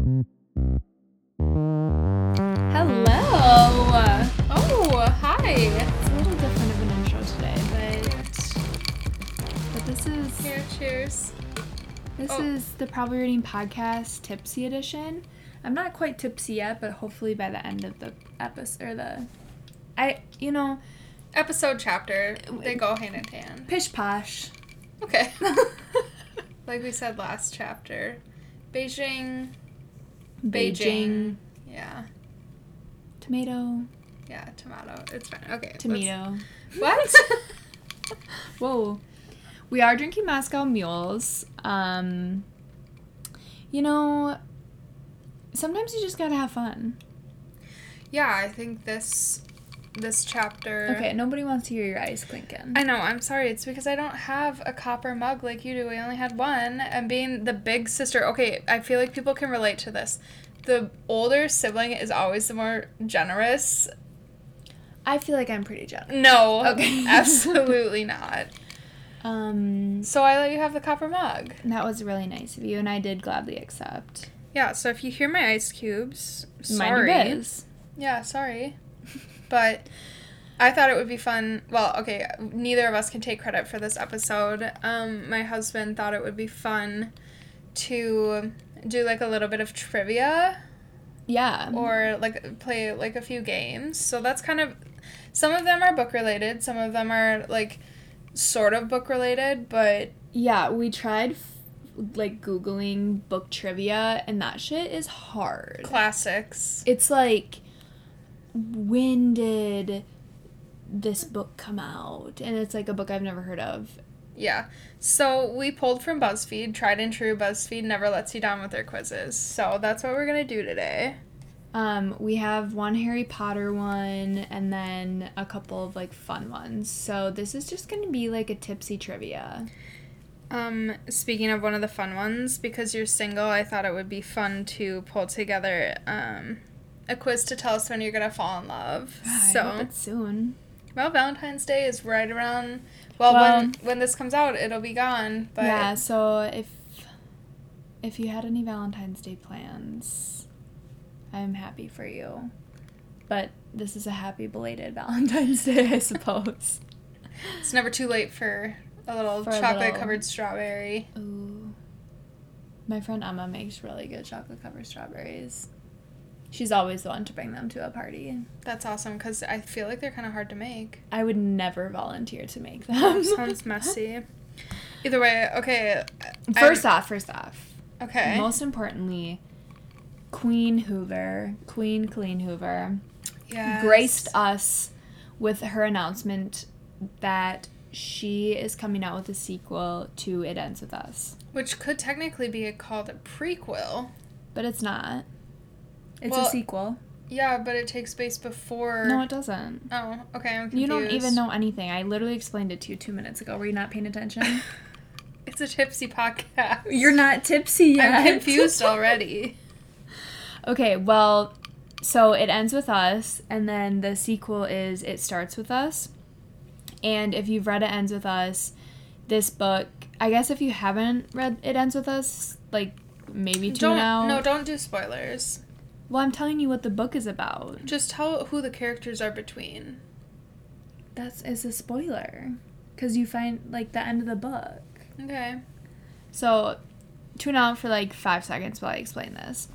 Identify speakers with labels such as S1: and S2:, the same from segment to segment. S1: Oh, Cheers.
S2: This
S1: Oh.
S2: is the Probably Reading Podcast Tipsy Edition. I'm not quite tipsy yet, but hopefully by the end of the episode or the, I you know
S1: Episode chapter. They go hand in hand.
S2: pish posh.
S1: Okay. like we said last chapter, Beijing. Beijing. Yeah.
S2: tomato,
S1: Yeah. Tomato. It's fine. Okay. let's-
S2: tomato.
S1: What?
S2: Whoa, we are drinking Moscow Mules. Um, you know, sometimes you just gotta have fun.
S1: yeah. I think this this chapter.
S2: Okay, nobody wants to hear your eyes clinking.
S1: I know, I'm sorry. It's because I don't have a copper mug like you do. We only had one. And being the big sister, okay, I feel like people can relate to this. The older sibling is always the more generous.
S2: I feel like I'm pretty jealous.
S1: No,
S2: Okay.
S1: absolutely not.
S2: Um,
S1: So I let you have the copper mug.
S2: that was really nice of you, and I did gladly accept.
S1: Yeah, so if you hear my ice cubes,
S2: Mind your biz.
S1: Yeah, sorry. But I thought it would be fun. Well, okay, neither of us can take credit for this episode. Um, my husband thought it would be fun to do like a little bit of trivia
S2: Yeah.
S1: or like play like a few games. So that's kind of some of them are book related, some of them are like sort of book related, but
S2: yeah, we tried f- like googling book trivia and that shit is hard.
S1: classics.
S2: It's like when did this book come out? And it's like a book I've never heard of.
S1: Yeah. So we pulled from BuzzFeed, tried and true BuzzFeed never lets you down with their quizzes. So that's what we're going to do today.
S2: Um, we have one Harry Potter one and then a couple of like fun ones. So this is just going to be like a tipsy trivia.
S1: Um, speaking of one of the fun ones, because you're single, I thought it would be fun to pull together um, a quiz to tell us when you're gonna fall in love.
S2: So
S1: so,
S2: soon.
S1: well, Valentine's Day is right around. Well, when when this comes out, it'll be gone. But
S2: yeah, so if if you had any Valentine's Day plans, I'm happy for you. But this is a happy belated Valentine's Day, I suppose.
S1: it's never too late for a little
S2: For a
S1: chocolate
S2: little-
S1: covered strawberry.
S2: Ooh. My friend Emma makes really good chocolate covered strawberries. She's always the one to bring them to a party.
S1: That's awesome because I feel like they're kind of hard to make.
S2: I would never volunteer to make them.
S1: That sounds messy. Either way, okay. I-
S2: 1st off, first off,
S1: okay.
S2: most importantly, Queen Hoover, Queen Clean Hoover,
S1: Yes.
S2: graced us with her announcement that she is coming out with a sequel to It Ends With Us.
S1: which could technically be called a prequel.
S2: But it's not. It's
S1: Well-
S2: a sequel.
S1: Yeah, but it takes place before.
S2: No, it doesn't.
S1: oh, okay. I'm confused.
S2: You don't even know anything. I literally explained it to you two minutes ago. Were you not paying attention?
S1: It's a tipsy podcast.
S2: You're not tipsy yet.
S1: I'm confused already.
S2: okay, well, so it ends with us, and then the sequel is It Starts With Us. And if you've read It Ends With Us, this book, I guess if you haven't read It Ends With Us, like maybe tune
S1: don't
S2: out.
S1: no, don't do spoilers.
S2: Well, I'm telling you what the book is about.
S1: Just tell who the characters are between.
S2: That's is a spoiler, because you find like the end of the book.
S1: Okay.
S2: So, tune out for like five seconds while I explain this.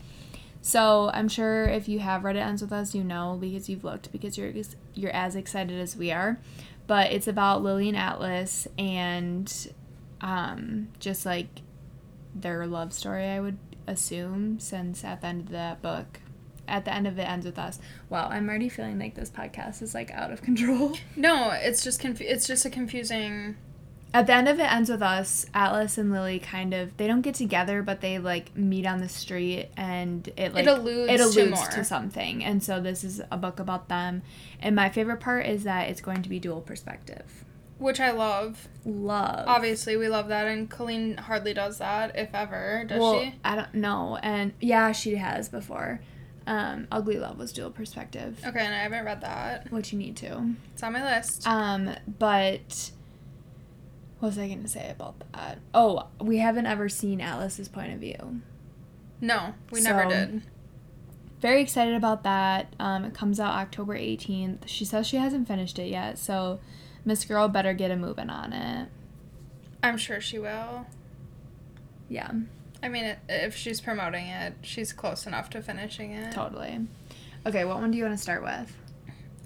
S2: So I'm sure if you have read it ends with us, you know because you've looked because you're ex- you're as excited as we are. But it's about Lily and Atlas and um, just like their love story, I would assume, since at the end of that book, at the end of it ends with us. Wow, I'm already feeling like this podcast is like out of control.
S1: No, it's just confu- It's just a confusing.
S2: At the end of it ends with us, Atlas and Lily kind of they don't get together, but they like meet on the street and it like
S1: it alludes.
S2: it
S1: to,
S2: alludes
S1: more.
S2: to, something. And so this is a book about them. And my favorite part is that it's going to be dual perspective.
S1: which I love.
S2: Love.
S1: Obviously, we love that, and Colleen hardly does that, if ever, does
S2: well,
S1: she?
S2: I don't know. And yeah, she has before. Um, Ugly Love was dual perspective.
S1: Okay, and I haven't read that.
S2: What you need to.
S1: It's on my list.
S2: Um, but what was I gonna say about that? Oh, we haven't ever seen Atlas's point of view.
S1: no, we never
S2: so-
S1: did.
S2: very excited about that. Um, it comes out October 18th. She says she hasn't finished it yet, so Miss Girl better get a moving on it.
S1: I'm sure she will.
S2: Yeah,
S1: I mean, i- if she's promoting it, she's close enough to finishing it.
S2: totally. Okay, what one do you want to start with?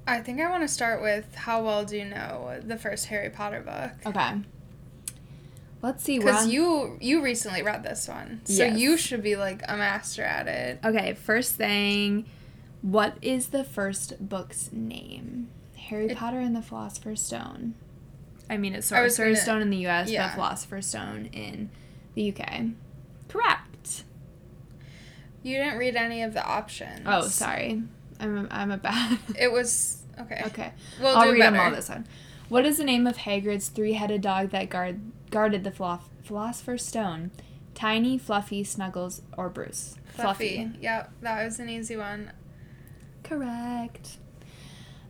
S1: I think I want to start with How Well Do You Know, the first Harry Potter book.
S2: Okay. Let's see. we're
S1: Because
S2: on-
S1: you you recently read this one, so
S2: Yes.
S1: you should be like a master at it.
S2: Okay, first thing, what is the first book's name? Harry
S1: It-
S2: Potter and the Philosopher's Stone. I mean, it's
S1: I was
S2: Sorcerer's
S1: gonna-
S2: Stone in the U.S.,
S1: yeah.
S2: but Philosopher's Stone in the U.K. Correct.
S1: You didn't read any of the options.
S2: Oh, sorry, I'm a, I'm a bad.
S1: It was okay.
S2: okay,
S1: We'll
S2: I'll
S1: do
S2: read
S1: better.
S2: them all this one. What is the name of Hagrid's three-headed dog that guard guarded the philo- Philosopher's Stone? Tiny, Fluffy, Snuggles, or Bruce?
S1: Fluffy. Yep, that was an easy one.
S2: Correct.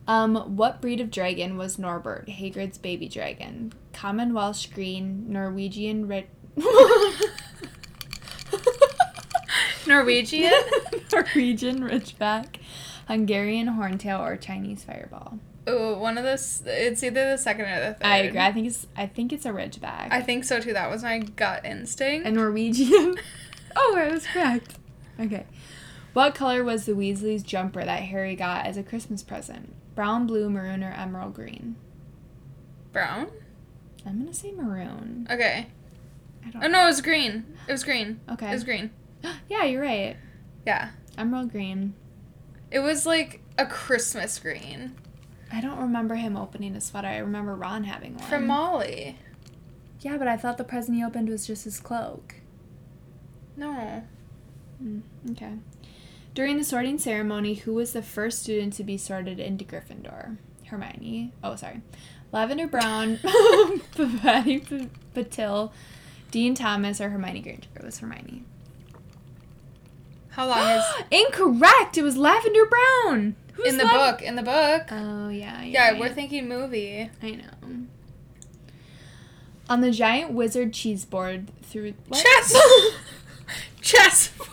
S2: Um, what breed of dragon was Norbert, Hagrid's baby dragon? Common Welsh green, Norwegian red.
S1: Norwegian?
S2: Norwegian ridgeback, Hungarian horntail, or Chinese fireball.
S1: Ooh, one of those. It's either the second or the third.
S2: I agree. I think it's I think it's a ridgeback.
S1: I think so too. That was my gut instinct.
S2: a Norwegian. oh, I was correct. Okay. What color was the Weasley's jumper that Harry got as a Christmas present? Brown, blue, maroon, or emerald green?
S1: Brown.
S2: I'm gonna say maroon.
S1: Okay.
S2: I don't
S1: Oh no, it was green. It was green. It
S2: Okay.
S1: was green.
S2: yeah, you're right.
S1: Yeah.
S2: Emerald green.
S1: It was like a Christmas green
S2: I don't remember him opening a sweater. I remember Ron having one.
S1: from Molly.
S2: yeah, but I thought the present he opened was just his cloak.
S1: No.
S2: Mm, okay. During the sorting ceremony, who was the first student to be sorted into Gryffindor? Hermione. Oh, sorry. Lavender Brown, Patty P- Patil, Dean Thomas, or Hermione Granger? It was Hermione.
S1: How long is
S2: Incorrect! It was Lavender Brown! Who's
S1: in the
S2: Lav-
S1: book? In the book.
S2: Oh, yeah. you're
S1: yeah,
S2: right.
S1: we're thinking movie.
S2: I know. On the giant wizard cheese board through what?
S1: Chess. Chessboard.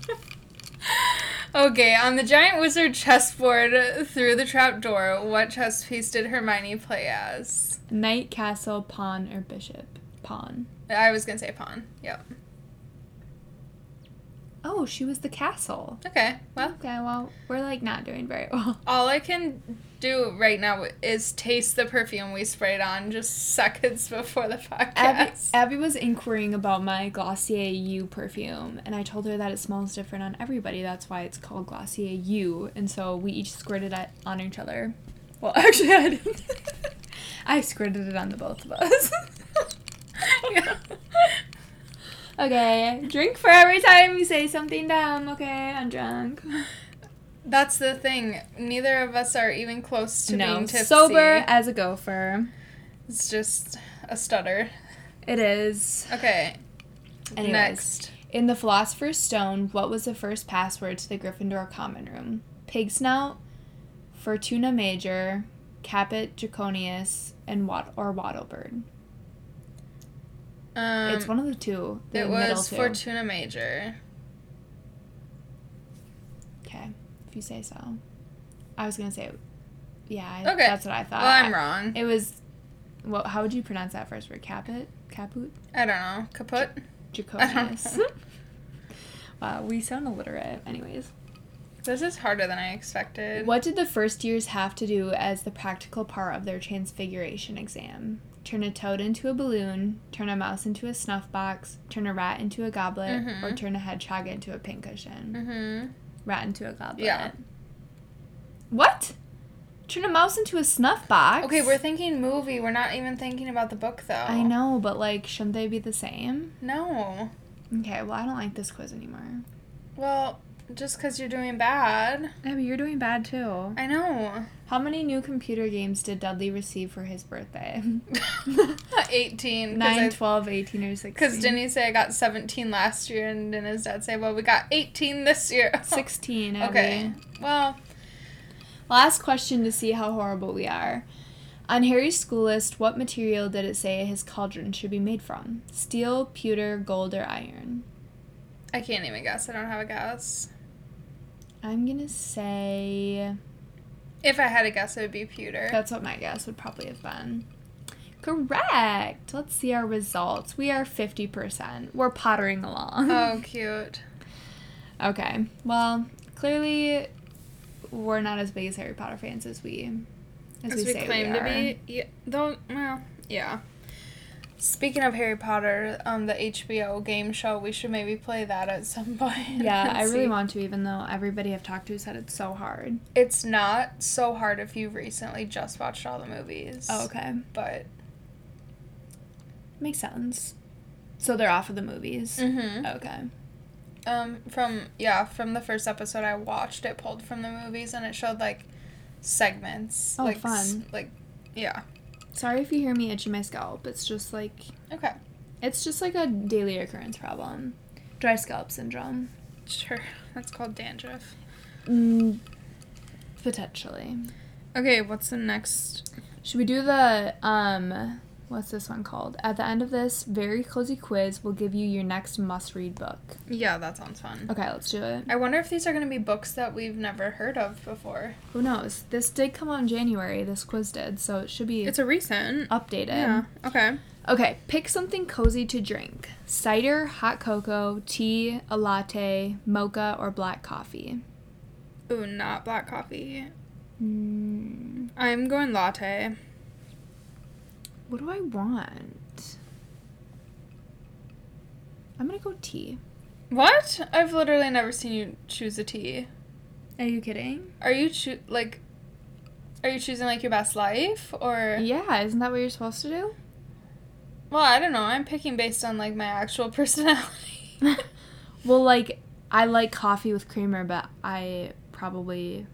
S1: okay, on the giant wizard chessboard uh, through the trapdoor, what chess piece did Hermione play as?
S2: knight, castle, pawn, or bishop? Pawn.
S1: I was gonna say pawn. Yep.
S2: Oh, she was the castle.
S1: Okay. Well,
S2: Okay, well, we're like not doing very well.
S1: all I can do right now is taste the perfume we sprayed on just seconds before the podcast.
S2: Abby, Abby was inquiring about my Glossier U perfume, and I told her that it smells different on everybody. That's why it's called Glossier U, and so we each squirted it on each other. Well, actually, I didn't. I squirted it on the both of us.
S1: Yeah.
S2: Okay, drink for every time you say something dumb. Okay, I'm drunk.
S1: That's the thing. Neither of us are even close to being tipsy.
S2: sober uh, as a gopher.
S1: It's just a stutter.
S2: It is.
S1: Okay.
S2: Anyways,
S1: Next.
S2: in the Philosopher's Stone, what was the first password to the Gryffindor common room? Pig snout, Fortuna Major, Caput Draconius, and Wad- or Wattlebird.
S1: Um,
S2: it's one of the two. The
S1: it
S2: middle
S1: was
S2: two.
S1: Fortuna Major.
S2: Okay, if you say so. I was gonna say, yeah. I,
S1: Okay.
S2: That's what I thought.
S1: well, I'm wrong.
S2: It was. Well, how would you pronounce that first word? Caput? Caput?
S1: I don't know. Kaput?
S2: Draconius. wow, we sound illiterate. Anyways.
S1: This is harder than I expected.
S2: What did the first years have to do as the practical part of their transfiguration exam? Turn a toad into a balloon, turn a mouse into a snuff box, turn a rat into a goblet, or
S1: Mhm.
S2: turn a hedgehog into a pincushion.
S1: Mm-hmm.
S2: Rat into a goblet.
S1: Yeah.
S2: What? Turn a mouse into a snuff box?
S1: Okay, we're thinking movie. We're not even thinking about the book, though.
S2: I know, but like, shouldn't they be the same?
S1: No.
S2: Okay, well, I don't like this quiz anymore.
S1: Well, just because you're doing bad.
S2: Abby, you're doing bad too.
S1: I know.
S2: How many new computer games did Dudley receive for his birthday?
S1: 18.
S2: 9,
S1: Because
S2: 12, 18, or 16?
S1: didn't he say I got 17 last year? And then his dad say, well, we got 18 this year.
S2: 16, Abby.
S1: Okay. Well,
S2: Last question to see how horrible we are. On Harry's school list, what material did it say his cauldron should be made from? Steel, pewter, gold, or iron?
S1: I can't even guess. I don't have a guess.
S2: I'm gonna say
S1: If I had a guess, it would be pewter.
S2: Oh. that's what my guess would probably have been. Correct. Let's see our results. We are 50%. We're pottering along.
S1: Oh, cute.
S2: Okay. Well, clearly we're not as big as Harry Potter fans as we as,
S1: As
S2: we,
S1: we
S2: say
S1: claim
S2: we
S1: to
S2: are.
S1: be. Yeah, though, well, yeah. Speaking of Harry Potter, um, the HBO game show, we should maybe play that at some point.
S2: Yeah,
S1: and
S2: I really
S1: see.
S2: want to even though everybody I've talked to said it's so hard.
S1: It's not so hard if you recently just watched all the movies.
S2: Oh, okay.
S1: But.
S2: Makes sense. So they're off of the movies.
S1: Mm-hmm.
S2: Okay.
S1: Um, from yeah, from the first episode I watched, it pulled from the movies and it showed like segments.
S2: Oh,
S1: like, s-
S2: fun.
S1: Like, yeah.
S2: Sorry if you hear me itching my scalp. It's just like
S1: Okay.
S2: it's just like a daily occurrence problem. Dry scalp syndrome.
S1: Sure. That's called dandruff.
S2: Mm, potentially.
S1: Okay, what's the next?
S2: Should we do the um what's this one called? At the end of this very cozy quiz, we'll give you your next must-read book.
S1: Yeah, that sounds fun.
S2: Okay, let's do it.
S1: I wonder if these are going to be books that we've never heard of before.
S2: Who knows? This did come out in January, this quiz did, so it should be
S1: It's a recent.
S2: updated.
S1: Yeah. Okay.
S2: Okay, pick something cozy to drink. Cider, hot cocoa, tea, a latte, mocha, or black coffee.
S1: Ooh, not black coffee.
S2: Mm,
S1: I'm going latte.
S2: what do I want? I'm gonna go tea.
S1: What? I've literally never seen you choose a tea.
S2: Are you kidding?
S1: Are you choo- like are you choosing like your best life or
S2: Yeah, isn't that what you're supposed to do?
S1: Well, I don't know. I'm picking based on like my actual personality.
S2: well, like I like coffee with creamer, but I probably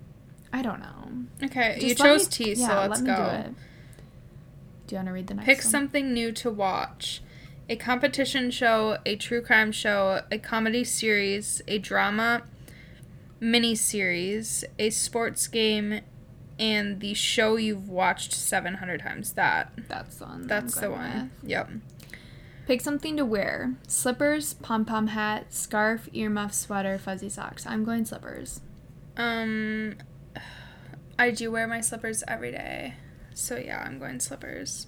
S2: I don't know.
S1: okay, you
S2: Just let me-
S1: chose tea, so
S2: yeah, let
S1: let's
S2: me
S1: go.
S2: Do, it. do you want to read the next
S1: Pick
S2: one?
S1: something new to watch. A competition show, a true crime show, a comedy series, a drama mini series, a sports game, and the show you've watched 700 times. That.
S2: That's the one. that I'm
S1: That's the
S2: going
S1: one. Yep.
S2: with. Pick something to wear: slippers, pom pom hat, scarf, earmuff, sweater, fuzzy socks. I'm going slippers.
S1: Um I do wear my slippers every day. So yeah, I'm going slippers.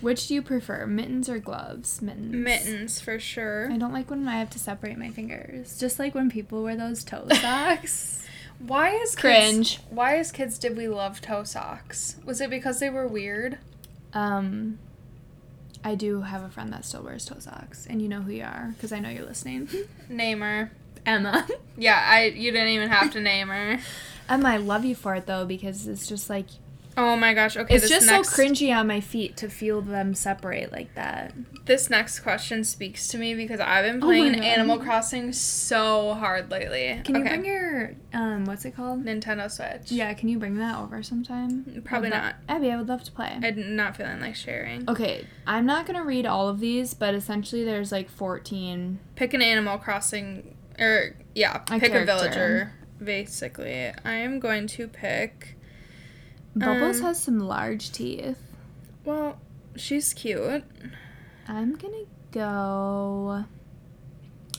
S2: Which do you prefer, mittens or gloves? Mittens.
S1: Mittens for sure.
S2: I don't like when I have to separate my fingers. Just like when people wear those toe socks.
S1: Why is
S2: Cringe.
S1: Kids, why as kids did we love toe socks? Was it because they were weird?
S2: Um, I do have a friend that still wears toe socks, and you know who you are because I know you're listening.
S1: Name her.
S2: Emma.
S1: Yeah, I. You didn't even have to name her.
S2: Emma, I love you for it though because it's just like
S1: Oh my gosh. Okay,
S2: it's
S1: this
S2: just
S1: next,
S2: so cringy on my feet to feel them separate like that.
S1: This next question speaks to me because I've been
S2: Oh my
S1: playing
S2: God.
S1: Animal Crossing so hard lately.
S2: Can you
S1: okay.
S2: bring your um, what's it called?
S1: Nintendo Switch?
S2: Yeah, can you bring that over sometime?
S1: Mm, probably
S2: I'd lo-
S1: not.
S2: Abby, I would love to play.
S1: I'm not feeling like sharing.
S2: okay, I'm not gonna read all of these, but essentially there's like 14.
S1: Pick an Animal Crossing, or yeah,
S2: A
S1: pick a
S2: character.
S1: villager. Basically, I am going to pick.
S2: Bubbles
S1: Um,
S2: has some large teeth.
S1: Well, she's cute.
S2: I'm gonna go.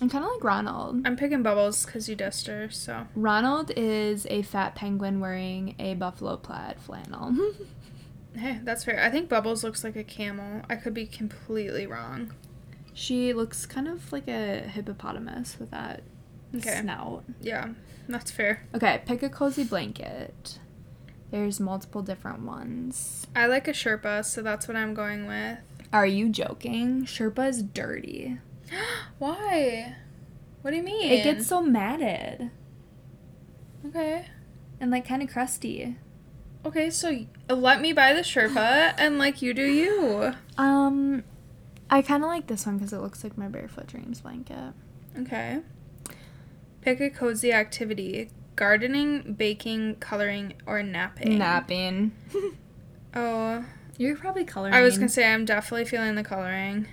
S2: I'm kind of like Ronald.
S1: I'm picking Bubbles because you dissed her, so.
S2: Ronald is a fat penguin wearing a buffalo plaid flannel.
S1: Hey, that's fair. I think Bubbles looks like a camel. I could be completely wrong.
S2: she looks kind of like a hippopotamus with that
S1: Okay.
S2: snout.
S1: Yeah, that's fair.
S2: Okay, pick a cozy blanket. There's multiple different ones.
S1: I like a Sherpa, so that's what I'm going with.
S2: Are you joking? Sherpa is dirty.
S1: Why? What do you mean?
S2: It gets so matted
S1: Okay.
S2: and like kind of crusty.
S1: Okay, so y- let me buy the Sherpa and like you do you.
S2: Um, I kind of like this one because it looks like my barefoot dreams blanket.
S1: Okay. Pick a cozy activity gardening, baking, coloring, or napping.
S2: Napping.
S1: Oh,
S2: Eh. You're probably coloring.
S1: I was gonna say I'm definitely feeling the coloring.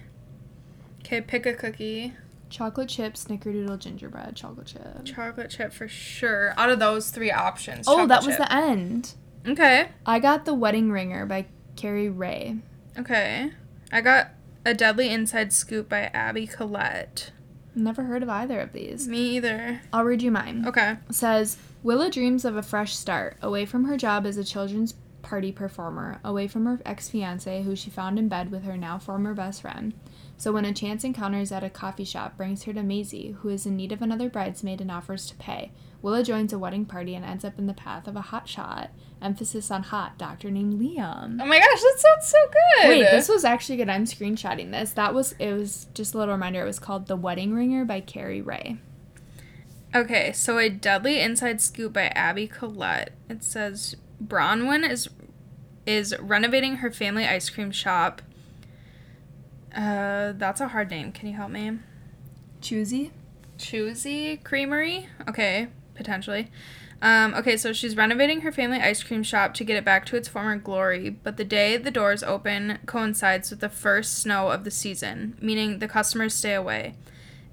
S1: Okay, pick a cookie.
S2: chocolate chip, snickerdoodle, gingerbread, chocolate chip.
S1: Chocolate chip for sure. Out of those three options,
S2: oh, that
S1: chocolate
S2: was
S1: chip.
S2: the end.
S1: Okay,
S2: I got the wedding ringer by Carrie Ray.
S1: okay. I got a deadly inside scoop by Abby Collette.
S2: Never heard of either of these.
S1: Me either.
S2: I'll read you mine.
S1: Okay.
S2: It says Willa dreams of a fresh start, away from her job as a children's party performer, away from her ex fiance, who she found in bed with her now former best friend. So when a chance encounter is at a coffee shop brings her to Maisie, who is in need of another bridesmaid and offers to pay, Willa joins a wedding party and ends up in the path of a hotshot, emphasis on hot, doctor named Liam.
S1: Oh my gosh, that sounds so good.
S2: Wait, this was actually good. I'm screenshotting this. That was it was just a little reminder. It was called The Wedding Ringer by Carrie Ray.
S1: Okay, so a Dudley Inside Scoop by Abby Collette. It says Bronwyn is is renovating her family ice cream shop. Uh, that's a hard name. Can you help me?
S2: Choosy?
S1: Choosy Creamery. Okay, potentially. Um, okay, so she's renovating her family ice cream shop to get it back to its former glory, but the day the doors open coincides with the first snow of the season, meaning the customers stay away.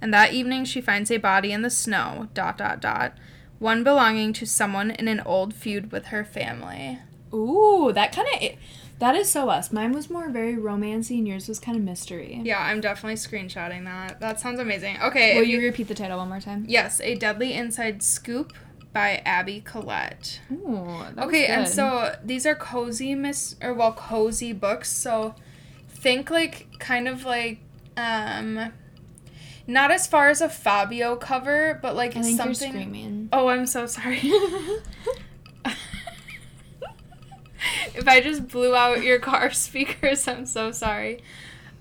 S1: And that evening she finds a body in the snow, dot dot dot, one belonging to someone in an old feud with her family.
S2: Ooh, that kind of that is so us. Mine was more very romancy and yours was kind of mystery.
S1: Yeah, I'm definitely screenshotting that. That sounds amazing. Okay.
S2: Will
S1: if
S2: you repeat the title one more time?
S1: Yes, A Deadly Inside Scoop by Abby Collette.
S2: Ooh, that was
S1: Okay, and
S2: good.
S1: so these are cozy mis or well cozy books. So think like kind of like um not as far as a Fabio cover, but like
S2: I think
S1: something
S2: you're screaming.
S1: Oh, I'm so sorry. if I just blew out your car speakers, I'm so sorry.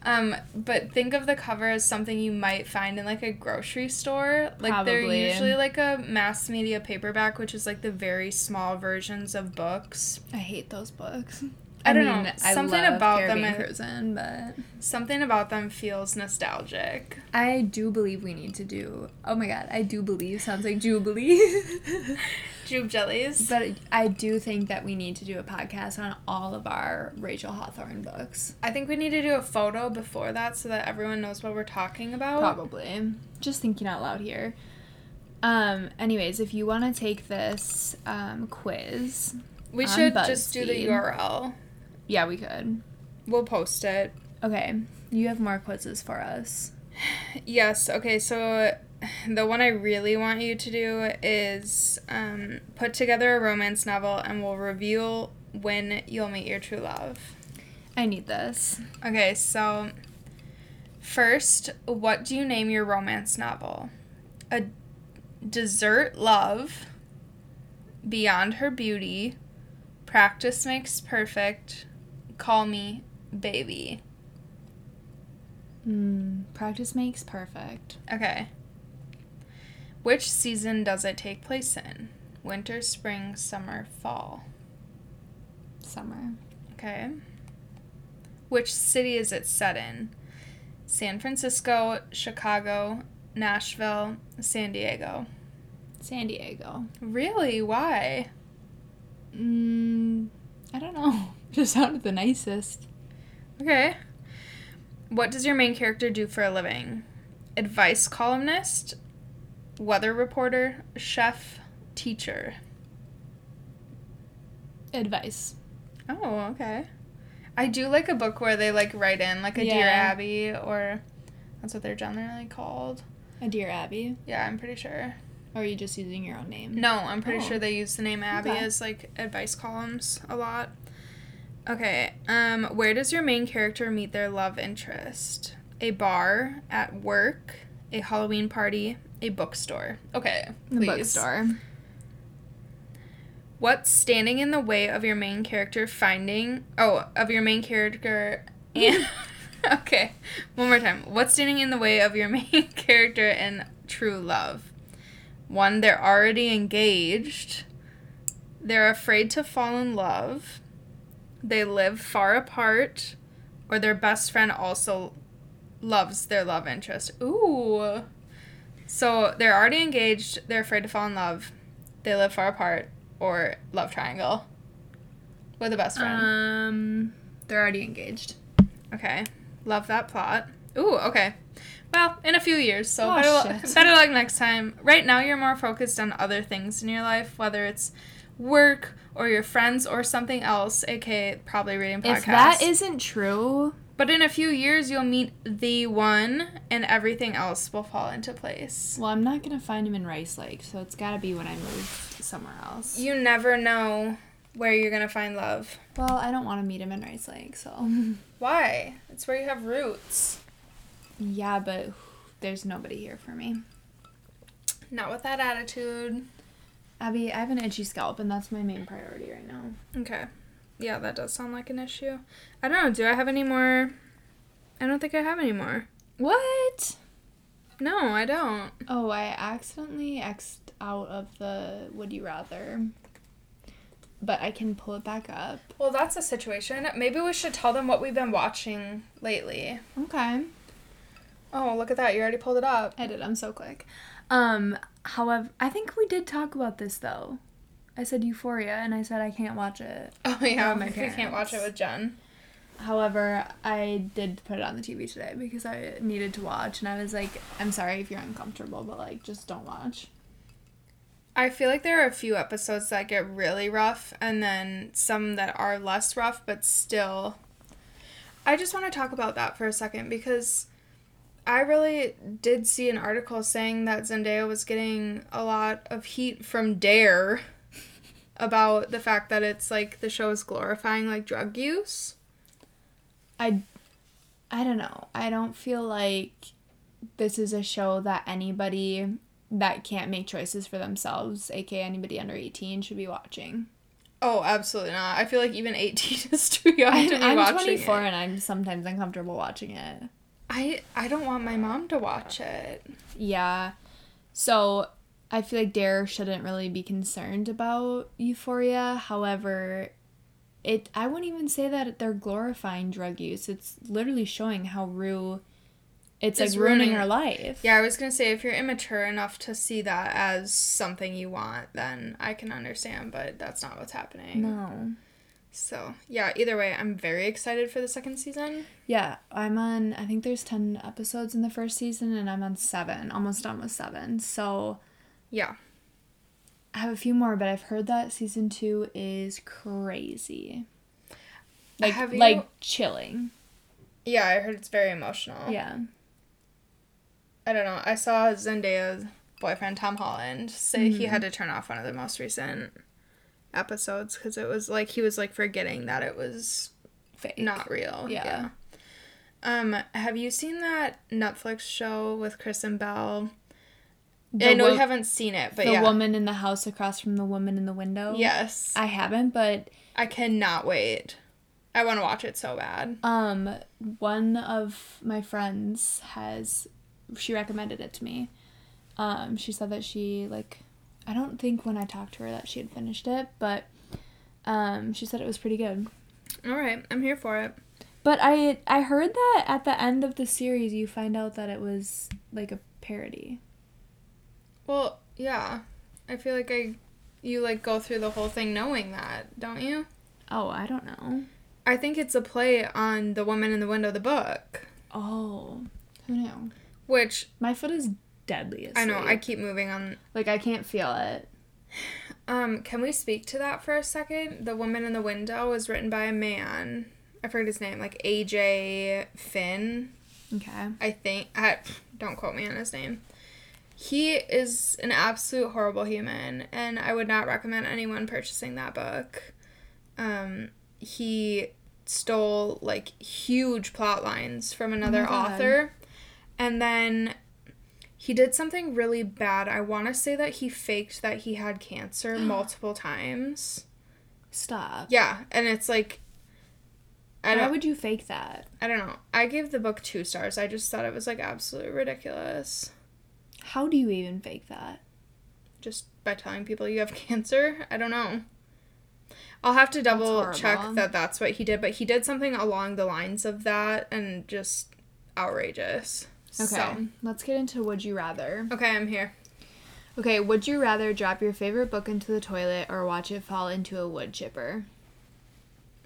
S1: Um, but think of the cover as something you might find in like a grocery store. Like
S2: Probably.
S1: they're usually like a mass media paperback, which is like the very small versions of books.
S2: I hate those books.
S1: I don't know. Something about them I-
S2: Cruisin', but
S1: Something about them feels nostalgic.
S2: I do believe we need to do. Oh my god, I do believe sounds like Jubilee.
S1: Jube jellies.
S2: but I do think that we need to do a podcast on all of our Rachel Hawthorne books.
S1: I think we need to do a photo before that so that everyone knows what we're talking
S2: Oh.
S1: about.
S2: Probably. Just thinking out loud here. Um, anyways, if you want to take this um, quiz,
S1: We
S2: On
S1: should just do the
S2: BuzzFeed.
S1: URL.
S2: yeah, we could.
S1: We'll post it.
S2: Okay, you have more quizzes for us.
S1: Yes. Okay. So the one I really want you to do is um, put together a romance novel, and we'll reveal when you'll meet your true love.
S2: I need this.
S1: Okay. So first, what do you name your romance novel? A dessert love. Beyond her beauty. Practice makes perfect. Call me baby.
S2: Mm, practice makes perfect.
S1: Okay. Which season does it take place in? Winter, spring, summer, fall.
S2: Summer.
S1: Okay. Which city is it set in? San Francisco, Chicago, Nashville, San Diego.
S2: San Diego.
S1: Really? Why?
S2: Mm, I don't know. Just sounded the nicest.
S1: Okay. What does your main character do for a living? Advice columnist, weather reporter, chef, teacher.
S2: Advice.
S1: Oh, okay. I do like a book where they like write in like a Dear
S2: Yeah.
S1: Abby or that's what they're generally called.
S2: A dear Abby.
S1: Yeah, I'm pretty sure.
S2: Or are you just using your own name?
S1: No, I'm pretty
S2: Oh.
S1: sure they use the name Abby
S2: Okay.
S1: as like advice columns a lot. Okay. Um where does your main character meet their love interest? A bar, at work, a Halloween party, a bookstore. Okay.
S2: The
S1: please.
S2: bookstore.
S1: What's standing in the way of your main character finding? Oh, of your main character and. okay, one more time. What's standing in the way of your main character and true love? One, they're already engaged. They're afraid to fall in love. They live far apart. Or their best friend also loves their love interest. Ooh. So they're already engaged. They're afraid to fall in love. They live far apart or love triangle with a
S2: Uh.
S1: best friend.
S2: Um, they're already engaged.
S1: okay, love that plot. Ooh, okay. Well, in a few years, so
S2: Oh,
S1: better, lu-
S2: shit.
S1: better luck next time. Right now, you're more focused on other things in your life, whether it's work or your friends or something else, aka probably reading podcasts.
S2: If that isn't true,
S1: but in a few years, you'll meet the one, and everything else will fall into place.
S2: well, I'm not gonna find him in Rice Lake, so it's gotta be when I move somewhere else.
S1: You never know. where you're gonna find love.
S2: Well, I don't want to meet him in Rice Lake, so.
S1: Why? It's where you have roots.
S2: yeah, but there's nobody here for me.
S1: Not with that attitude.
S2: Abby, I have an itchy scalp, and that's my main priority right now.
S1: Okay. Yeah, that does sound like an issue. I don't know. Do I have any more? I don't think I have any more.
S2: What?
S1: No, I don't.
S2: Oh, I accidentally X'd out of the Would You Rather, but I can pull it back up.
S1: Well, that's a situation. Maybe we should tell them what we've been watching lately.
S2: Okay.
S1: Oh, look at that. You already pulled it up.
S2: I did. I'm so quick. Um, however, I think we did talk about this though. I said Euphoria, and I said I can't watch it.
S1: Oh, yeah.
S2: Oh, my
S1: we can't watch it
S2: parents.
S1: with Jen.
S2: However, I did put it on the TV today because I needed to watch, and I was like, I'm sorry if you're uncomfortable, but like, just don't watch.
S1: I feel like there are a few episodes that get really rough and then some that are less rough, but still. I just want to talk about that for a second because I really did see an article saying that Zendaya was getting a lot of heat from Dare about the fact that it's like the show is glorifying like drug use.
S2: I I don't know. I don't feel like this is a show that anybody that can't make choices for themselves, aka anybody under 18 should be watching.
S1: Oh, absolutely not. I feel like even 18 is too young
S2: I'm,
S1: to be
S2: I'm
S1: watching
S2: 24
S1: it.
S2: and I'm sometimes uncomfortable watching it.
S1: I I don't want my mom to watch it.
S2: Yeah. So I feel like Dare shouldn't really be concerned about Euphoria. However, it I wouldn't even say that they're glorifying drug use. It's literally showing how Rue it's,
S1: It's
S2: like ruining,
S1: ruining-
S2: her life.
S1: Yeah, I was gonna say if you're immature enough to see that as something you want, then I can understand, but that's not what's happening.
S2: No.
S1: So yeah, either way, I'm very excited for the second season.
S2: Yeah, I'm on. I think there's ten episodes in the first season, and I'm on seven, almost done with seven. So
S1: Yeah.
S2: I have a few more, but I've heard that season two is crazy. Like,
S1: Have you-
S2: like chilling.
S1: Yeah, I heard it's very emotional.
S2: Yeah.
S1: I don't know. I saw Zendaya's boyfriend Tom Holland say he
S2: Mm-hmm.
S1: had to turn off one of the most recent episodes because it was like he was like forgetting that it was
S2: Fake.
S1: not real.
S2: Yeah.
S1: yeah. Um, have you seen that Netflix show with Kristen Bell?
S2: The
S1: I know
S2: wo-
S1: you haven't seen it, but
S2: the
S1: yeah.
S2: woman in the house across from the woman in the window.
S1: Yes. I,
S2: I haven't, but
S1: cannot wait. I want to watch it so bad.
S2: um, one of my friends has she recommended it to me. Um, she said that she like I don't think when I talked to her that she had finished it, but um, she said it was pretty good.
S1: All right, I'm here for it.
S2: But I I heard that at the end of the series you find out that it was like a parody.
S1: Well, yeah. I feel like I you like go through the whole thing knowing that, don't you?
S2: Oh, I don't know.
S1: I think it's a play on The Woman in the Window the book,
S2: Oh, who knew?
S1: which
S2: My foot is deadly asleep.
S1: I know I keep moving on.
S2: like I can't feel it.
S1: Um can we speak to that for a second? The Woman in the Window was written by a man. I forget his name, like AJ Finn.
S2: Okay.
S1: I think I don't quote me on his name. He is an absolute horrible human, and I would not recommend anyone purchasing that book. Um, he stole like huge plot lines from another
S2: Oh God.
S1: author, and then he did something really bad. I want to say that he faked that he had cancer multiple times.
S2: Stop.
S1: Yeah, and it's like I
S2: Why
S1: don't.
S2: would you fake that?
S1: I don't know. I gave the book two stars. I just thought it was like absolutely ridiculous.
S2: How do you even fake that?
S1: Just by telling people you have cancer. I don't know. I'll have to double check
S2: horrible.
S1: that that's what he did, but he did something along the lines of that and just outrageous. Okay. So,
S2: let's get into Would You Rather.
S1: okay, I'm here.
S2: Okay, would you rather drop your favorite book into the toilet or watch it fall into a wood chipper?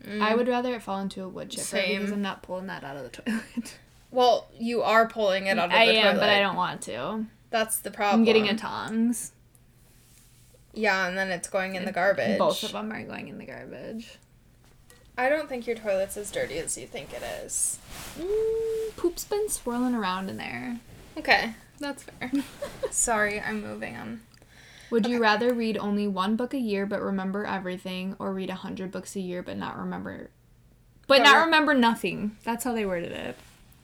S2: I would rather it fall into a wood chipper because
S1: Mm. Same.
S2: I'm not pulling that out of the toilet.
S1: Well, you are pulling it out of the
S2: I am,
S1: toilet.
S2: but I don't want to.
S1: That's the problem.
S2: I'm getting a tongs.
S1: Yeah, and then it's going in the garbage.
S2: Both of them are going in the garbage.
S1: I don't think your toilet's as dirty as you think it is.
S2: Mm, poop's been swirling around in there.
S1: Okay, that's fair. Sorry, I'm moving on.
S2: Would you rather read only one book a year but remember everything, or read a hundred books a year but not remember, but
S1: But re-
S2: not remember nothing? That's how they worded it.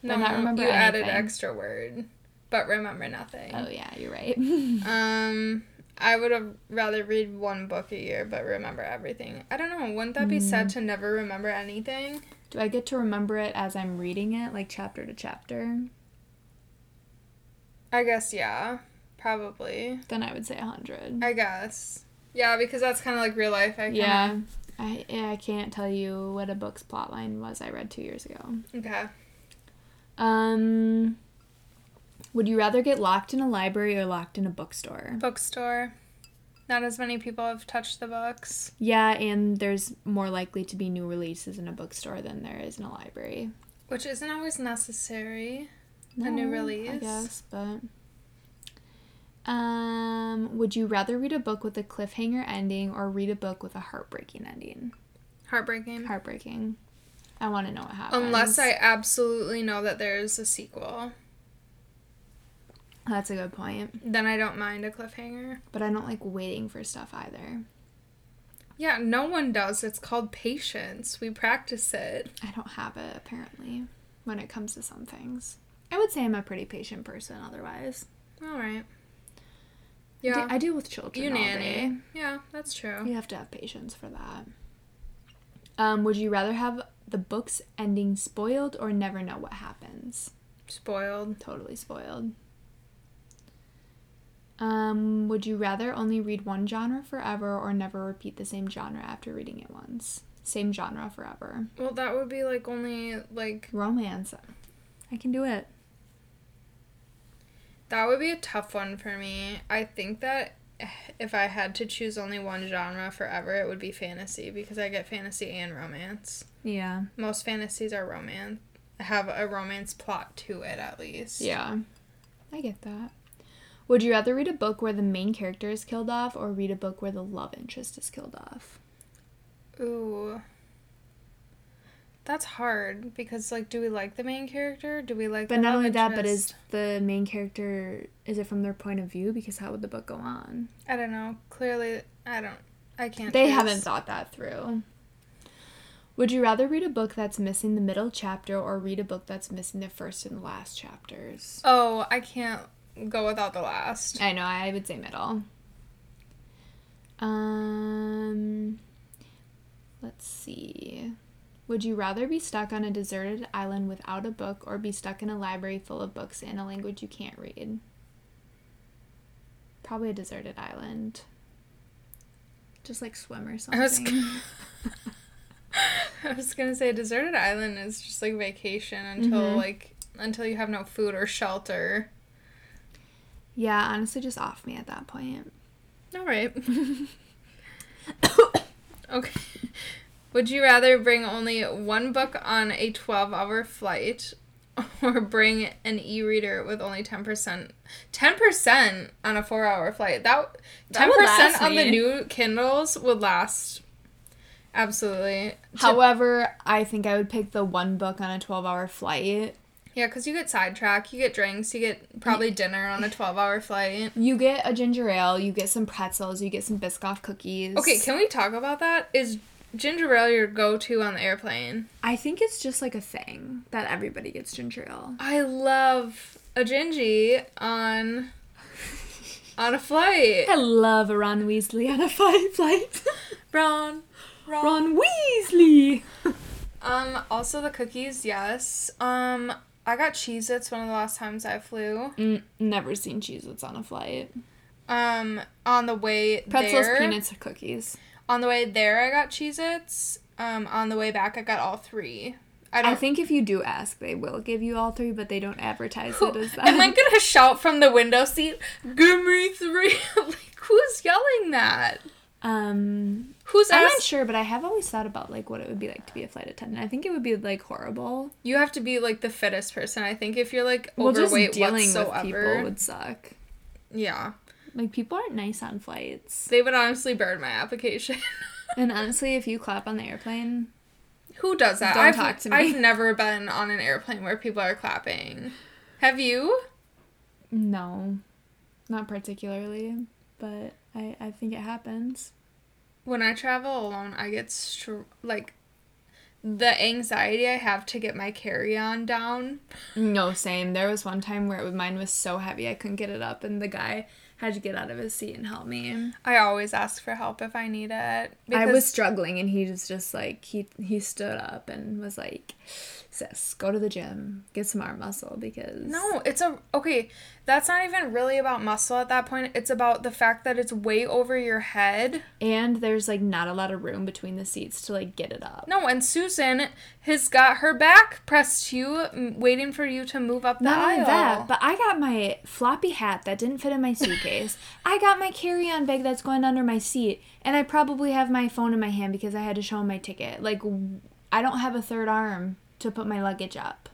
S1: No,
S2: But not remember
S1: you added
S2: anything.
S1: extra word, but remember nothing.
S2: Oh yeah, you're right.
S1: Um, I would have rather read one book a year, but remember everything. I don't know. Wouldn't that be sad to never remember anything?
S2: Do I get to remember it as I'm reading it, like chapter to chapter?
S1: I guess yeah, probably.
S2: Then I would say a hundred.
S1: I guess yeah, because that's kind of like real life. I kinda,
S2: Yeah. I yeah, I can't tell you what a book's plotline was I read two years ago.
S1: Okay.
S2: Um would you rather get locked in a library or locked in a bookstore?
S1: Bookstore. Not as many people have touched the books.
S2: Yeah, and there's more likely to be new releases in a bookstore than there is in a library.
S1: Which isn't always necessary. A new
S2: No, I
S1: release.
S2: guess, but um would you rather read a book with a cliffhanger ending or read a book with a heartbreaking ending?
S1: Heartbreaking.
S2: Heartbreaking. I want to know what happens.
S1: Mm-hmm. Unless I absolutely know that there's a sequel,
S2: That's a good point.
S1: then I don't mind a cliffhanger.
S2: But I don't like waiting for stuff either.
S1: Yeah, no one does. It's called patience. We practice it.
S2: I don't have it apparently when it comes to some things. I would say I'm a pretty patient person otherwise.
S1: All right.
S2: I de-
S1: Yeah.
S2: I deal with children
S1: you
S2: all
S1: nanny. Yeah, that's true.
S2: day. You have to have patience for that. Um, would you rather have the book's ending spoiled or never know what happens?
S1: Spoiled.
S2: Totally spoiled. Um, would you rather only read one genre forever or never repeat the same genre after reading it once? Same genre forever.
S1: Well, that would be like only like
S2: Romance. I can do it.
S1: that would be a tough one for me. I think that if I had to choose only one genre forever, it would be fantasy because I get fantasy and romance.
S2: Yeah.
S1: Most fantasies are romance have a romance plot to it at least.
S2: Yeah. I get that. Would you rather read a book where the main character is killed off or read a book where the love interest is killed off?
S1: Ooh. That's hard because like do we like the main character? Do we like
S2: But
S1: the
S2: not
S1: love
S2: only that, but
S1: interest?
S2: is the main character is it from their point of view? Because how would the book go on?
S1: I don't know. Clearly I don't I can't
S2: They
S1: choose.
S2: haven't thought that through. Would you rather read a book that's missing the middle chapter or read a book that's missing the first and last chapters?
S1: Oh, I can't go without the last.
S2: I know, I would say middle. Um, let's see. Would you rather be stuck on a deserted island without a book or be stuck in a library full of books in a language you can't read? Probably a deserted island. Just like swim or something.
S1: I was I was gonna say deserted island is just like vacation until
S2: Mhm.
S1: like until you have no food or shelter.
S2: yeah, honestly, just off me at that point.
S1: All right. okay. Would you rather bring only one book on a 12 hour flight or bring an e reader with only 10%? 10% on a four hour flight. That,
S2: That would
S1: 10%
S2: last
S1: on the
S2: me.
S1: new Kindles would last. Absolutely. To-
S2: However, I think I would pick the one book on a 12 hour flight
S1: yeah, because you get sidetracked, you get drinks, you get probably dinner on a 12 hour flight.
S2: You get a ginger ale, you get some pretzels, you get some Biscoff cookies.
S1: Okay, can we talk about that? Is ginger ale your go to on the airplane?
S2: I think it's just like a thing that everybody gets ginger ale.
S1: I love a Gingy on on a flight.
S2: I love a Ron Weasley on a fight flight.
S1: Brown.
S2: Ron Weasley!
S1: Um also the cookies, yes. Um I got Cheez Its one of the last times I flew.
S2: Mm, never seen Cheez Its on a flight.
S1: Um on the way
S2: Pretzels,
S1: there
S2: peanuts, or cookies.
S1: on the way there I got Cheez Its. Um on the way back I got all three. I don't
S2: I think if you do ask, they will give you all three, but they don't advertise it as that.
S1: Oh, Am I gonna shout from the window seat, give me three? like who's yelling that?
S2: um,
S1: Who's
S2: I'm
S1: asking?
S2: not sure, but I have always thought about like what it would be like to be a flight attendant. I think it would be like horrible.
S1: You have to be like the fittest person. I think if you're like
S2: Well, just
S1: overweight
S2: dealing with
S1: whatsoever,
S2: people would suck.
S1: yeah,
S2: Like people aren't nice on flights.
S1: they would honestly burn my application.
S2: And honestly, if you clap on the airplane,
S1: Who does that?
S2: Don't
S1: I've,
S2: talk to me.
S1: I've never been on an airplane where people are clapping. Have you?
S2: no, not particularly, but I, I think it happens.
S1: When I travel alone, I get str- like the anxiety I have to get my carry on down.
S2: No, same. There was one time where it, was- mine was so heavy I couldn't get it up, and the guy had to get out of his seat and help me.
S1: I always ask for help if I need it.
S2: I was struggling, and he was just like he he stood up and was like, "Sis, go to the gym, get some arm muscle because
S1: No, it's a okay. That's not even really about muscle at that point. It's about the fact that it's way over your head.
S2: and there's like not a lot of room between the seats to like get it up.
S1: No, and Susan has got her back pressed to you, m- waiting for you to move up the
S2: Not
S1: aisle.
S2: only that, but I got my floppy hat that didn't fit in my suitcase. I got my carry-on bag that's going under my seat, and I probably have my phone in my hand because I had to show him my ticket. Like, w- I don't have a third arm to put my luggage up.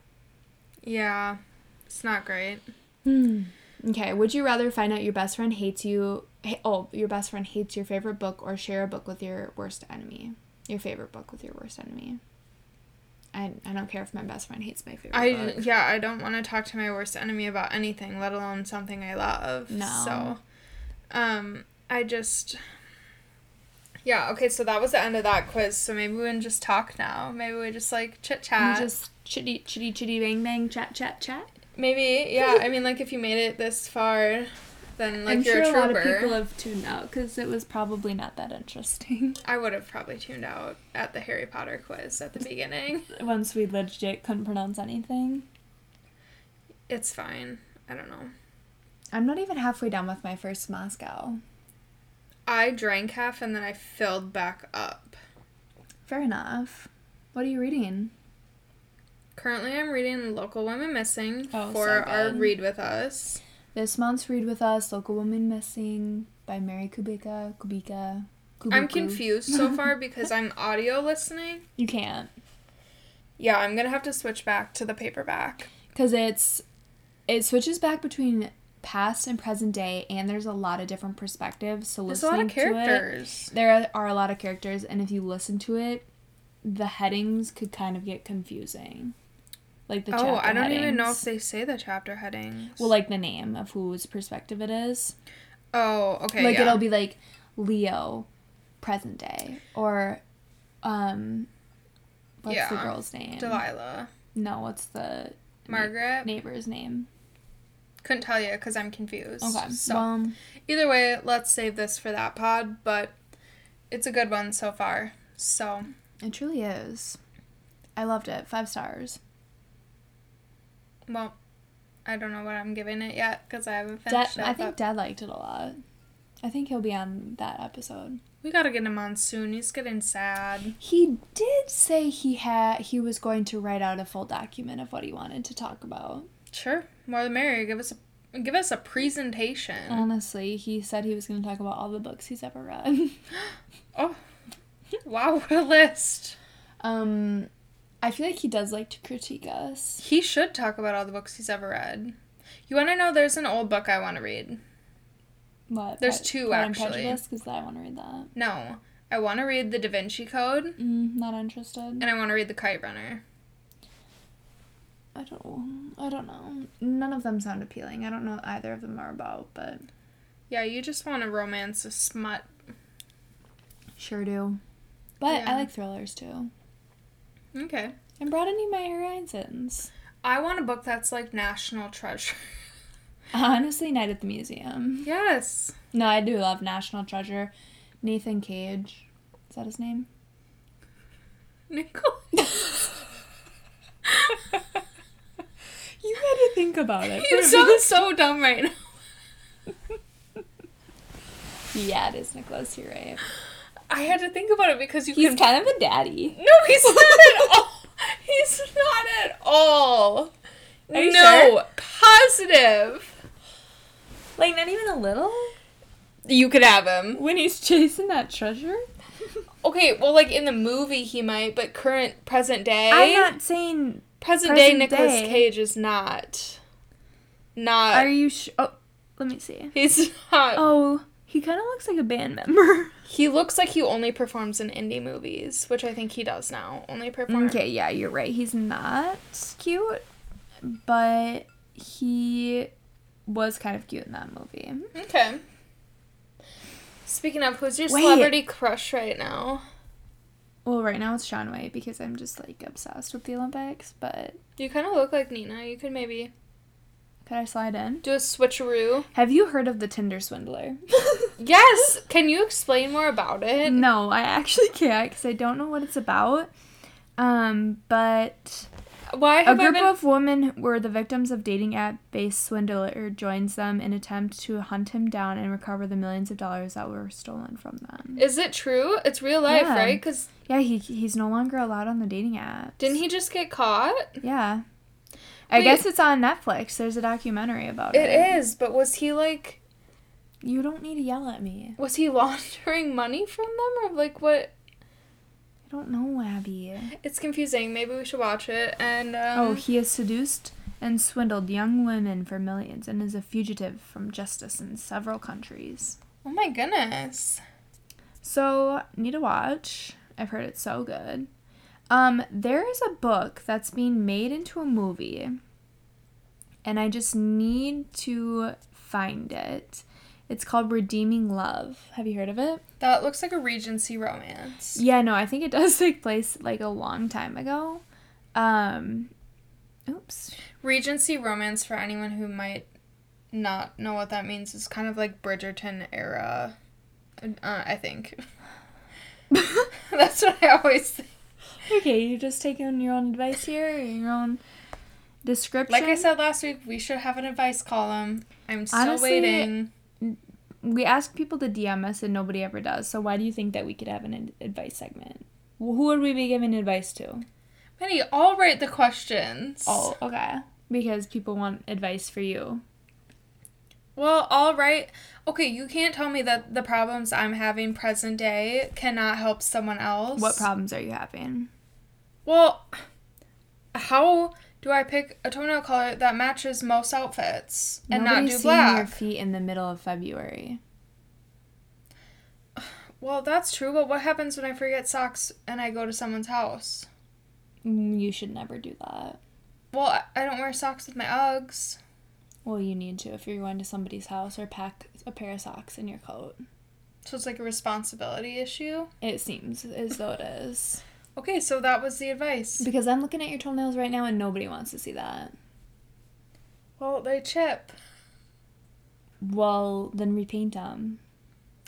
S1: yeah, it's not great. Hmm.
S2: Okay, would you rather find out your best friend hates you? ha- Oh, your best friend hates your favorite book, or share a book with your worst enemy? Your favorite book with your worst enemy. I, I don't care if my best friend hates my favorite
S1: I
S2: book.
S1: yeah, I don't want to talk to my worst enemy about anything, let alone something I love.
S2: No.
S1: So, um, I just. Yeah, okay, so that was the end of that quiz. So maybe we can just talk now. Maybe we just like chit
S2: And
S1: chat.
S2: just chitty chitty chitty bang bang chat chat chat.
S1: Maybe, yeah. I mean, like if you made it this far, then like
S2: I'm
S1: you're
S2: sure
S1: a
S2: a lot
S1: trooper.
S2: of people have tuned out because it was probably not that interesting.
S1: I would have probably tuned out at the Harry Potter quiz at the beginning.
S2: Once we legit couldn't pronounce anything.
S1: It's fine. I don't know.
S2: I'm not even halfway done with my first Moscow.
S1: I drank half and then I filled back up.
S2: Fair enough. What are you reading?
S1: Currently, I'm reading Local Women Missing
S2: Oh,
S1: for
S2: so
S1: our
S2: good.
S1: read with us.
S2: This month's Read With Us, Local Woman Missing by Mary Kubica. Kubica.
S1: I'm
S2: Kubuku.
S1: confused so far because I'm audio listening.
S2: You can't.
S1: Yeah, I'm gonna have to switch back to the paperback.
S2: Because it's. It switches back between past and present day, and there's a lot of different perspectives. So
S1: There's a
S2: listening
S1: lot of
S2: to it,
S1: characters.
S2: there are- are a lot of characters and if you listen to it the headings could kind of get confusing like the
S1: Oh,
S2: chapter
S1: I don't even know
S2: headings.
S1: if they say the chapter headings.
S2: well like the name of whose perspective it is
S1: oh, okay.
S2: like
S1: yeah.
S2: it'll be like leo present day or um what's the
S1: Yeah.
S2: girl's name
S1: Delilah.
S2: no what's the
S1: Margaret.
S2: neighbor's name
S1: Couldn't tell you because I'm confused.
S2: okay
S1: So
S2: well
S1: either way, let's save this for that pod. But it's a good one so far. So
S2: it truly is i loved it five stars
S1: well, I don't know what I'm giving it yet because I haven't
S2: Dad,
S1: finished it.
S2: i think
S1: but
S2: dad liked it a lot i think he'll be on that episode
S1: we gotta get him on soon. He's getting sad.
S2: He did say he had he was going to write out a full document of what he wanted to talk about.
S1: Sure, more the merrier. Give us a give us a presentation.
S2: Uh-huh. Honestly, he said he was going to talk about all the books he's ever read.
S1: oh, wow, what a list!
S2: um I feel like he does like to critique us.
S1: He should talk about all the books he's ever read. You want to know? There's an old book I want to read.
S2: What?
S1: There's
S2: Pri-
S1: two,
S2: Pride and
S1: actually.
S2: Prejudice cuz I want to read that.
S1: No, I want to read The Da Vinci Code
S2: Mm, not interested.
S1: and I want to read The Kite Runner.
S2: I don't I don't know. None of them sound appealing. I don't know what either of them are about, but
S1: Yeah, you just want to romance a smut.
S2: sure do. But
S1: Yeah.
S2: I like thrillers too.
S1: Okay.
S2: And broadening my horizons.
S1: I want a book that's like National Treasure.
S2: Honestly, Night at the Museum.
S1: yes.
S2: No, I do love National Treasure. Nathan Cage. Is that his name?
S1: Nicole.
S2: you had to think about it.
S1: you sound so dumb right now.
S2: yeah, it is Nicholas. You're right.
S1: I had to think about it because you
S2: He's
S1: can.
S2: kind of a daddy.
S1: no, he's not at all. He's not at all.
S2: Are you
S1: no,
S2: sure?
S1: positive.
S2: Like, not even a little?
S1: You could have him.
S2: When he's chasing that treasure?
S1: Okay, well, like in the movie, he might, but current, present day.
S2: I'm not saying.
S1: present, day,
S2: present
S1: Nicholas
S2: day.
S1: Cage is not. Not.
S2: Are you sh- Oh, let me see.
S1: he's not.
S2: Oh, he kind of looks like a band member.
S1: He looks like he only performs in indie movies, which I think he does now. Only perform.
S2: Okay, yeah, you're right. He's not cute, but he was kind of cute in that movie.
S1: Okay. Speaking of, who's your
S2: Wait.
S1: celebrity crush right now?
S2: Well, right now it's Sean White because I'm just like obsessed with the Olympics. But
S1: You kind of look like Nina. You could maybe
S2: could I slide in?
S1: do a switcheroo.
S2: Have you heard of the Tinder swindler?
S1: Yes. Can you explain more about it?
S2: no, I actually can't because I don't know what it's about. Um, but
S1: Why
S2: A
S1: have I
S2: group
S1: been?
S2: of women who were the victims of dating app-based swindler joins them in attempt to hunt him down and recover the millions of dollars that were stolen from them.
S1: Is it true? It's real life,
S2: Yeah.
S1: right? Because
S2: Yeah, he he's no longer allowed on the dating app.
S1: didn't he just get caught?
S2: Yeah. I
S1: Wait.
S2: guess it's on Netflix. There's a documentary about it.
S1: It is, but was he like,
S2: You don't need to yell at me.
S1: was he laundering money from them or like what?
S2: I don't know, Abby.
S1: It's confusing. Maybe we should watch it. And um,
S2: oh, he has seduced and swindled young women for millions and is a fugitive from justice in several countries.
S1: oh my goodness.
S2: So, need to watch. I've heard it's so good. Um, there is a book that's being made into a movie, and I just need to find it. It's called Redeeming Love. Have you heard of it?
S1: That looks like a Regency romance.
S2: Yeah, no, I think it does take place like a long time ago. Um, oops.
S1: Regency romance for anyone who might not know what that means is kind of like Bridgerton era. Uh, I think that's what I always think.
S2: okay, you're just taking your own advice here, your own description.
S1: Like I said last week, we should have an advice column. I'm still
S2: Honestly,
S1: waiting.
S2: we ask people to DM us and nobody ever does. So why do you think that we could have an ad- advice segment? Wh- Who would we be giving advice to?
S1: Penny, I'll write the questions.
S2: Oh, okay. Because people want advice for you.
S1: Well, all right. Okay, you can't tell me that the problems I'm having present day cannot help someone else.
S2: What problems are you having?
S1: Well, how do I pick a toenail color that matches most outfits and
S2: Nobody's
S1: not do
S2: seeing
S1: black?
S2: your feet in the middle of February.
S1: well, that's true, but what happens when I forget socks and I go to someone's house?
S2: Mm, You should never do that.
S1: Well, I- I don't wear socks with my Uggs.
S2: Well, you need to if you're going to somebody's house or pack a pair of socks in your coat.
S1: So it's like a responsibility issue.
S2: It seems as though it is.
S1: Okay, so that was the advice.
S2: Because I'm looking at your toenails right now and nobody wants to see that.
S1: Well, they chip.
S2: Well, then repaint them.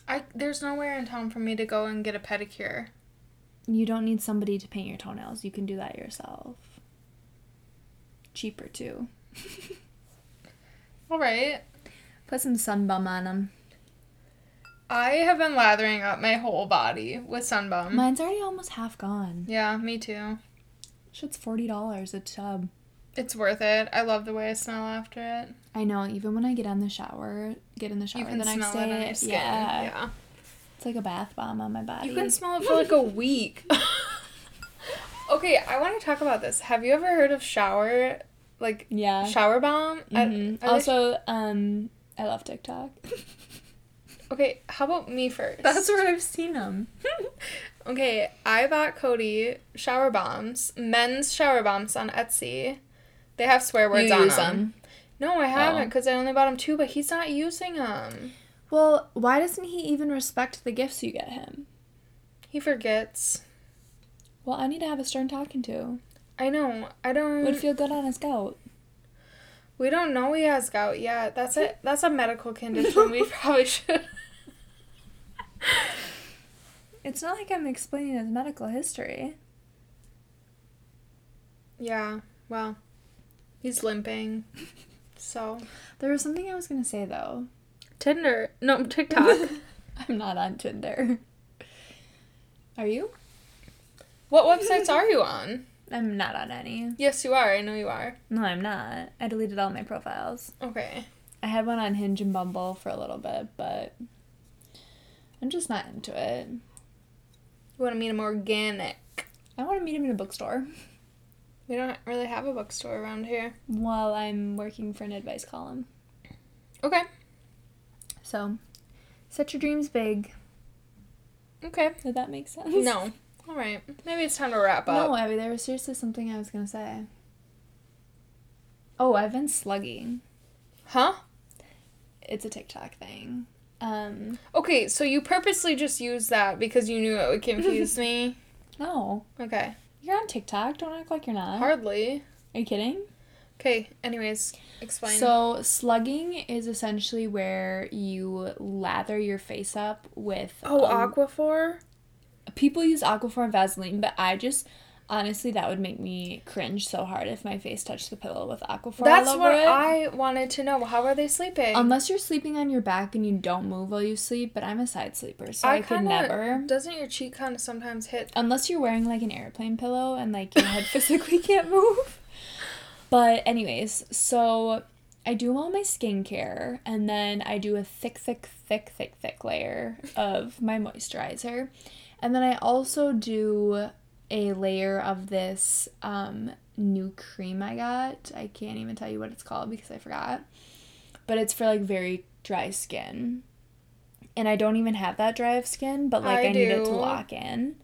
S1: I there's nowhere in town for me to go and get a pedicure.
S2: You don't need somebody to paint your toenails. You can do that yourself. Cheaper too.
S1: All right.
S2: Put some sunbum on them.
S1: I have been lathering up my whole body with sunbum.
S2: Mine's already almost half gone.
S1: yeah, me too.
S2: Shit's forty dollars a tub.
S1: It's worth it. I love the way I smell after it.
S2: I know. Even when I get on the shower, get in the shower
S1: You can
S2: the next
S1: smell
S2: day,
S1: it on your skin.
S2: Yeah,
S1: yeah.
S2: it's like a bath bomb on my body.
S1: You can smell it for like a week. okay, I want to talk about this. Have you ever heard of shower, like
S2: yeah.
S1: shower bomb? I-
S2: Mhm.
S1: I wish-
S2: also, um, I love TikTok.
S1: okay, how about me first?
S2: where I've seen them.
S1: Okay, I bought Cody shower bombs, men's shower bombs on Etsy. They have swear words on them. No, I
S2: Oh.
S1: haven't because I only bought him two, but he's not using them.
S2: Well, why doesn't he even respect the gifts you get him?
S1: He forgets.
S2: Well, I need to have a stern talking to.
S1: I know. I don't.
S2: Would feel good on a scout.
S1: we don't know he has gout yet. That's a that's a medical condition. we probably should.
S2: It's not like I'm explaining his medical history.
S1: Yeah. Well, he's limping. So
S2: There was something I was gonna say though.
S1: Tinder. No TikTok.
S2: I'm not on Tinder. Are you?
S1: what websites are you on?
S2: I'm not on any.
S1: Yes, you are. I know you are.
S2: No, I'm not. I deleted all my profiles.
S1: Okay.
S2: I had one on Hinge and Bumble for a little bit, but I'm just not into it.
S1: You want to meet him organic.
S2: I want to meet him in a bookstore.
S1: We don't really have a bookstore around here.
S2: While I'm working for an advice column.
S1: Okay.
S2: So, set your dreams big.
S1: Okay.
S2: Did that make sense?
S1: No. All right. Maybe it's time to wrap up.
S2: No, Abby, there was seriously something I was gonna say. Oh, I've been slugging.
S1: Huh?
S2: It's a TikTok thing. Um,
S1: Okay, so you purposely just used that because you knew it would confuse me.
S2: no.
S1: Okay.
S2: You're on TikTok. Don't act like you're not.
S1: Hardly.
S2: Are you kidding?
S1: Okay, anyways, explain.
S2: So, slugging is essentially where you lather your face up with.
S1: oh,
S2: a-
S1: Aquaphor?
S2: People use Aquaphor and Vaseline, but I just. Honestly, that would make me cringe so hard if my face touched the pillow with Aquaphor.
S1: That's
S2: all over
S1: what
S2: it.
S1: I wanted to know. How are they sleeping?
S2: Unless you're sleeping on your back and you don't move while you sleep, but I'm a side sleeper, so I, could
S1: kinda-
S2: never.
S1: Doesn't your cheek kind of sometimes hit?
S2: Unless you're wearing like an airplane pillow and like your head physically can't move. But, anyways, so I do all my skincare and then I do a thick, thick, thick, thick, thick layer of my moisturizer. And then I also do a layer of this um, new cream I got. I can't even tell you what it's called because I forgot. But it's for like very dry skin. And I don't even have that dry of skin, but like
S1: I
S2: I, need it
S1: do.
S2: to lock in.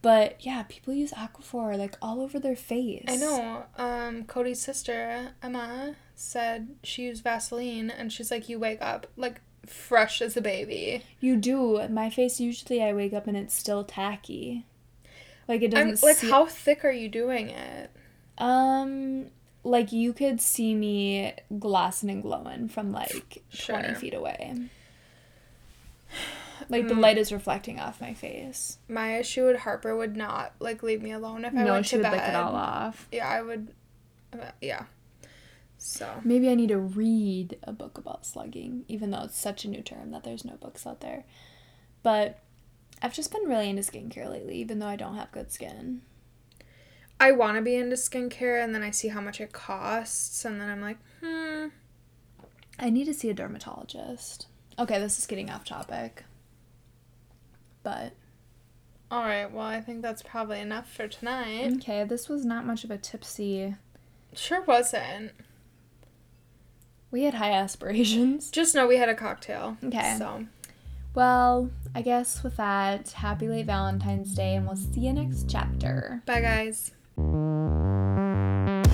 S2: But yeah, people use Aquaphor like all over their face.
S1: I know. Um, Cody's sister, Emma, said she used Vaseline and she's like, you wake up like fresh as a baby.
S2: You do. My face usually I wake up and it's still tacky. Like it doesn't
S1: I'm, like,
S2: see-
S1: how thick are you doing it?
S2: um like you could see me glossing and glowing from like
S1: Sure.
S2: 20 feet away. Like
S1: Mm.
S2: the light is reflecting off my face.
S1: My issue would Harper would not like leave me alone if I
S2: no,
S1: went
S2: she
S1: to
S2: would
S1: bed.
S2: lick it all off.
S1: Yeah, I would. Yeah. So
S2: Maybe I need to read a book about slugging, even though it's such a new term that there's no books out there. But I've just been really into skincare lately, even though I don't have good skin.
S1: I want to be into skincare, and then I see how much it costs, and then I'm like, hmm.
S2: I need to see a dermatologist. Okay, this is getting off topic. But
S1: All right. Well, I think that's probably enough for tonight.
S2: okay, this was not much of a tipsy.
S1: Sure wasn't.
S2: We had high aspirations.
S1: Just know we had a cocktail.
S2: Okay.
S1: So
S2: Well, I guess with that, happy late Valentine's Day and we'll see you next chapter.
S1: bye, guys.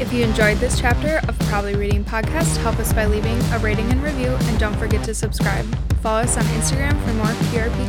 S1: If you enjoyed this chapter of Probably Reading Podcast, help us by leaving a rating and review, and don't forget to subscribe. Follow us on Instagram for more PRP